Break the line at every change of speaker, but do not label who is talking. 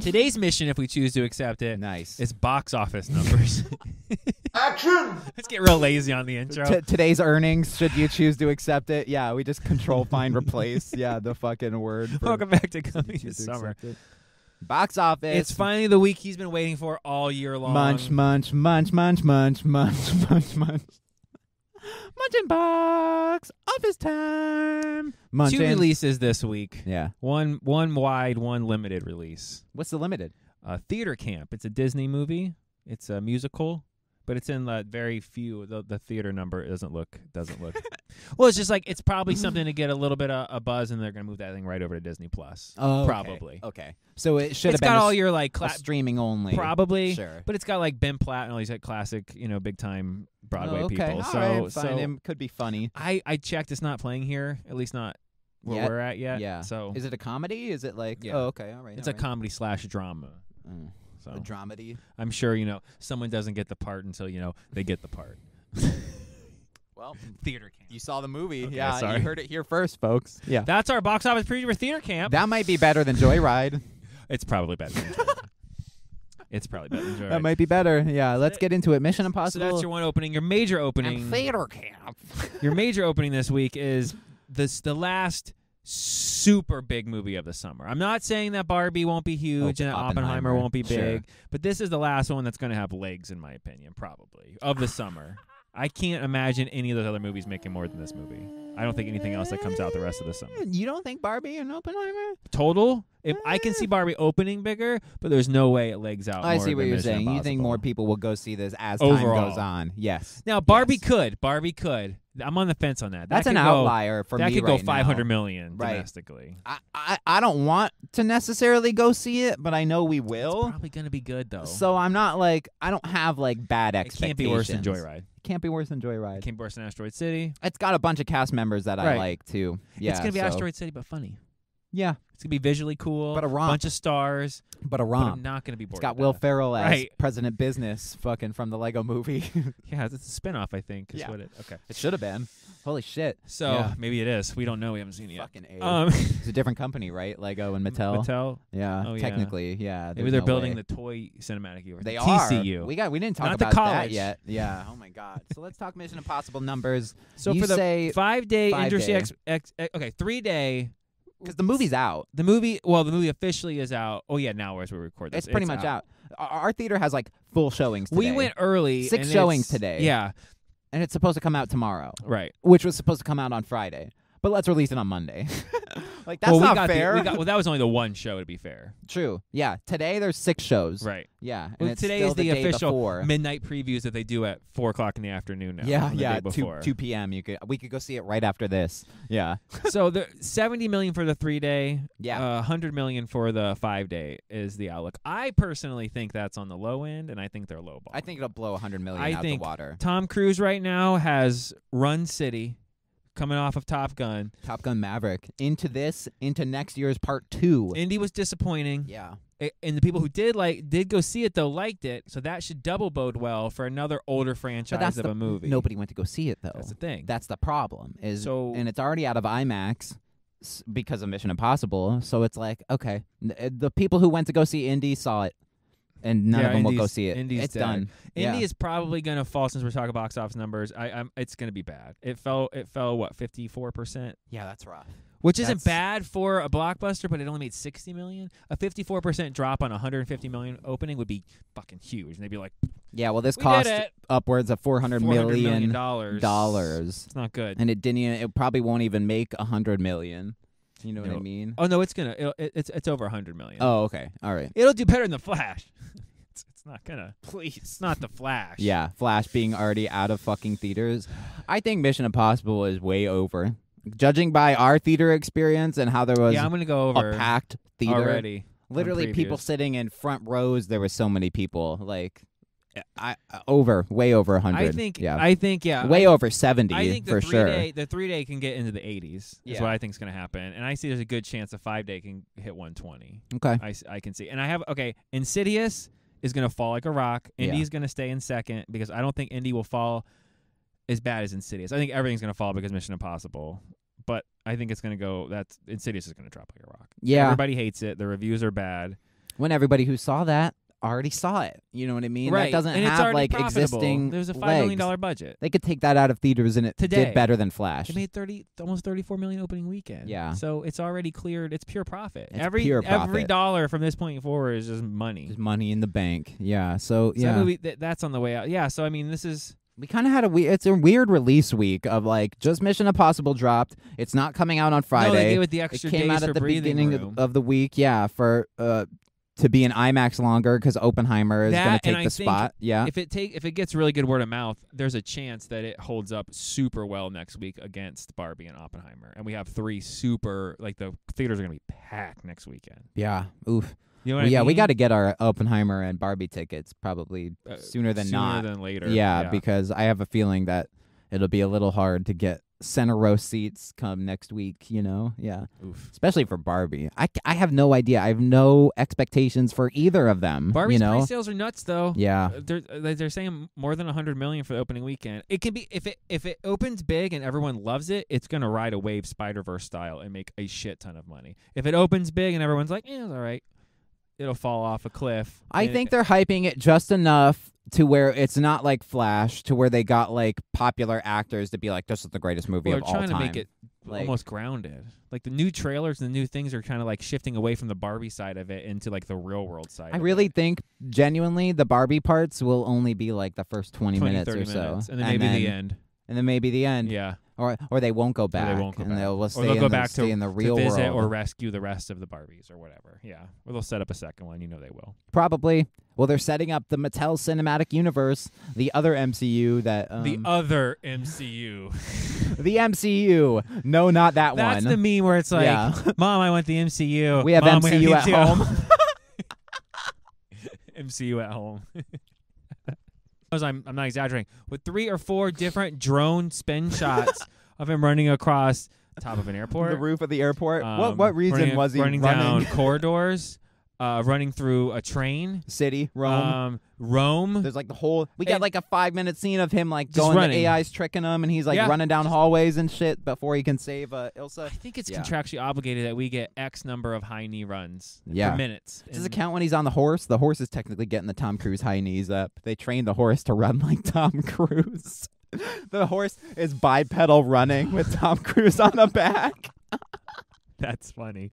Today's mission, if we choose to accept it,
Nice.
is box office numbers.
Action!
Let's get real lazy on the intro.
T- today's earnings, should you choose to accept it? Yeah, we just control, find, replace. Yeah, the fucking word. for-
Welcome back to
should you
Coming
choose
This
to
Summer.
accept it. Box office.
It's finally the week he's been waiting for all year long.
Munch, munch, munch, munch, munch, munch, munch, munch. Munchin' box office time.
Two
Munchin.
releases this week.
Yeah.
One one wide, one limited release.
What's the limited?
Uh, Theater Camp. It's a Disney movie. It's a musical, but it's in the very few. The, the theater number doesn't look doesn't look. well, it's just like it's probably something to get a little bit of a buzz, and they're gonna move that thing right over to Disney Plus.
Oh, okay.
probably.
Okay. So it should
It's
have been
got
a
all
s-
your like
a
cla-
streaming only.
probably,
Sure.
but it's got like Ben Platt and all these like classic, you know, big time Broadway
Oh, okay.
people.
All
so
right,
so
fine. It could be funny.
I I checked. It's not playing here. At least not where
Yet?
we're at yet.
Yeah.
So
Is it a comedy? Is it like?
Yeah.
Oh, okay. All right.
it's
all
a
right.
comedy slash drama.
Mm.
So
a dramedy.
I'm sure you know someone doesn't get the part until you know they get the part.
Well,
Theater camp.
you saw the movie.
Okay,
yeah,
sorry.
you heard it here first, folks. Yeah.
That's our box office preview for theater camp.
That might be better than Joyride.
it's probably better. Than Joyride. it's probably better. Than
That
Joyride.
might be better. Yeah, let's
that-
get into it. Mission
so
Impossible.
that's your one opening. Your major opening.
theater camp.
your major opening this week is this the last super big movie of the summer. I'm not saying that Barbie won't be huge
Oh,
and that Oppenheimer,
Oppenheimer,
won't be big,
sure.
but this is the last one that's going to have legs, in my opinion, probably of the summer. I can't imagine any of those other movies making more than this movie. I don't think anything else that comes out the rest of the summer.
You don't think Barbie and Oppenheimer?
Total, if I can see Barbie opening bigger, but there's no way it legs out.
I
more
see
than
what you're
Mission
saying. You think
Impossible.
more people will go see this as time
Overall.
goes on. Yes.
Now Barbie
Yes.
could, Barbie could. I'm on the fence on that. That
That's an
could go-
outlier for
that
me
could
right
go
now.
500 million
Right.
domestically.
I, I I don't want to necessarily go see it, but I know we
It's
will.
probably gonna be good though.
So I'm not like I don't have like bad
it can't
expectations.
be worse than Joyride.
It can't be worse than
It
Joyride.
can't be worse than Asteroid City.
It's got a bunch of cast members that I
Right.
like too. Yeah,
it's gonna be
so-
Asteroid City, but funny.
Yeah,
It's gonna be visually cool,
But a romp.
bunch of stars.
but a
but
romp.
I'm not gonna be bored.
It's got
to
Will
death.
Ferrell as
Right.
President Business, fucking from the Lego Movie.
Yeah, it's a spinoff. I think is
Yeah.
what it. Okay,
it should have been. Holy shit!
so
Yeah.
maybe it is. We don't know. We haven't seen it yet.
Fucking A.
Um,
it's a different company, right? Lego and Mattel.
Mattel.
Yeah,
Oh, yeah.
technically, yeah.
Maybe
there's
they're
no
building
way.
the toy cinematic universe.
They
TCU.
are. We got. We didn't talk
Not the
about that
college.
yet. Yeah. Oh my god. So let's talk Mission Impossible numbers
so
you
for the
say
five day
five
industry
day.
Ex, ex, ex- okay three day
because the movie's out.
the movie well the movie officially is out oh yeah now as we record this
It's pretty much out. Our our theater has like full showings. Today,
we went early
Six
and
showings
it's-
today.
yeah
and it's supposed to come out tomorrow,
right
which was supposed to come out on Friday. But let's release it on Monday. like that's
well, we
not
got the-
fair.
we got, well, that was only the one show, to be fair.
True. Yeah. Today there's six shows.
Right.
Yeah. And
Well,
it's
today
still
is the
day
official
before.
Midnight previews that they do at four o'clock in the afternoon now.
yeah.
from the
Yeah.
day
Two
before.
two p.m. You could we could go see it right after this. Yeah.
so the seventy million for the three day.
Yeah.
Uh, hundred million for the five day is the outlook. I personally think that's on the low end, and I think they're low ball.
I think it'll blow 100 million
I
out
think-
the water.
Tom Cruise right now has Run City, coming off of Top Gun.
Top Gun Maverick into this into next year's part two.
Indy was disappointing,
yeah.
A- and the people who did like did go see it though liked it, so that should double bode well for another older franchise
But that's
of
the,
a movie.
Nobody went to go see it though.
That's the thing.
That's the problem. Is
So-
and it's already out of IMAX s- because of Mission Impossible. So it's like okay, n- uh, the people who went to go see Indy saw it, and none
Yeah,
of them will go
Indy's-
see it.
Indy's
it's
dead.
done.
Indy
Yeah.
is probably going to fall since we're talking box office numbers. I, I'm, it's going to be bad. It fell. It fell what fifty four percent,
Yeah, that's rough.
which isn't
That's-
bad for a blockbuster, but it only made sixty million. A fifty four percent drop on a hundred and fifty million opening would be fucking huge. And they'd be like,
Yeah, well, this
"We
cost
did it,
upwards of four hundred
$400
million
dollars.
dollars,
It's not good.
and it didn't. Even, it probably won't even make a hundred million. You know what
No.
I mean?
Oh no, it's gonna. It'll, it, it's it's over a hundred million.
Oh, okay, all right.
It'll do better than the Flash. it's, it's not gonna. Please, it's not the Flash.
Yeah, Flash being already out of fucking theaters. I think Mission Impossible is way over. Judging by our theater experience and how there was
Yeah, I'm gonna go over
a packed theater
already. on
literally people
previews.
sitting in front rows, there were so many people like I I- over way over 100.
I think.
yeah.
I think. Yeah.
way over 70
I think the
for
three
sure.
day the three day can get into the 80s. Is
Yeah.
what I think is going to happen, and I see there's a good chance a five day can hit 120.
okay.
I, s- I can see, and I have okay. Insidious is going to fall like a rock.
Yeah.
Indy's going to stay in second because I don't think Indy will fall as bad as Insidious. I think everything's going to fall because Mission Impossible. But I think it's going to go. That's Insidious is going to drop like a rock.
Yeah.
Everybody hates it. The reviews are bad.
when everybody who saw that already saw it. You know what I mean?
right.
That doesn't
and it's
have
already
like
profitable.
existing.
There's a five
legs.
million dollar budget.
They could take that out of theaters and it
Today.
did better than Flash.
It made thirty, almost thirty-four million opening weekend.
Yeah.
So it's already cleared. It's pure profit.
It's
every
pure
every
profit.
dollar from this point forward is just money.
There's money in the bank. Yeah. So
So
yeah,
that movie, th- that's on the way out. Yeah. So I mean, this is
we kind of had a we. It's a weird release week of like just Mission Impossible dropped. It's not coming out on Friday.
No, they gave it the extra
it came
days
out
for
at the
breathing
beginning
room.
of, of the week. Yeah, for uh to be in IMAX longer because Oppenheimer is
That, and
going to
I
take the
think
spot. Yeah.
if it take if it gets really good word of mouth, there's a chance that it holds up super well next week against Barbie and Oppenheimer, and we have three super like the theaters are gonna be packed next weekend.
yeah. Oof.
You know what
Well,
I
yeah, we
mean?
got to get our Oppenheimer and Barbie tickets probably
Uh,
sooner than
sooner
not.
than later.
yeah, because I have a feeling that it'll be a little hard to get center row seats come next week. You know. Yeah.
Oof.
especially for Barbie. I, c- I have no idea. I have no expectations for either of them.
Barbie's
you know,
pre-sales are nuts though.
yeah,
Uh, They're uh, they're saying more than 100 million for the opening weekend. It can be if it if it opens big and everyone loves it, it's gonna ride a wave Spider Verse style and make a shit ton of money. If it opens big and everyone's like, eh, it's all right, it'll fall off a cliff.
I
And
think
it-
they're hyping it just enough to where it's not like Flash, to where they got like popular actors to be like, this is the greatest movie
Well,
of
they're
all
trying
time.
to make it
Like-
almost grounded. Like the new trailers and the new things are kind of like shifting away from the Barbie side of it into like the real world side.
I
of
really
it.
think genuinely the Barbie parts will only be like the first 20,
20,
minutes
30
or so.
minutes, and then maybe the end.
And then maybe the end.
Yeah,
Or or they won't go back.
won't go
and
back.
they'll,
Or
stay
they'll
in
go
the,
back to-
stay in the
to
real
visit
world.
or rescue the rest of the Barbies or whatever. Yeah, or they'll set up a second one. You know they will.
Probably. Well, they're setting up the Mattel Cinematic Universe, the other MCU that um,
the other MCU.
The MCU. No, not that
That's
one.
the meme where it's like,
Yeah.
"Mom, I want the MCU.
We have
Mom,
MCU
we
at
have you too."
home.
MCU at home. As I'm, I'm not exaggerating. With three or four different drone spin shots of him running across top of an airport,
the roof of the airport. what
um,
what reason
running-
was he
running, down corridors, uh, running through a train,
City, Rome.
um, Rome,
There's like the whole. We
and-
got like a five minute scene of him like
Just
going.
running.
The AI's tricking him, and he's like
Yeah,
running down
just-
hallways and shit before he can save uh,
I
Ilsa.
think it's
Yeah.
contractually obligated that we get X number of high knee runs
Yeah.
for minutes.
Does it
And-
count when he's on the horse? The horse is technically getting the Tom Cruise high knees up. They trained the horse to run like Tom Cruise. the horse is bipedal running with Tom Cruise on the back.
That's funny.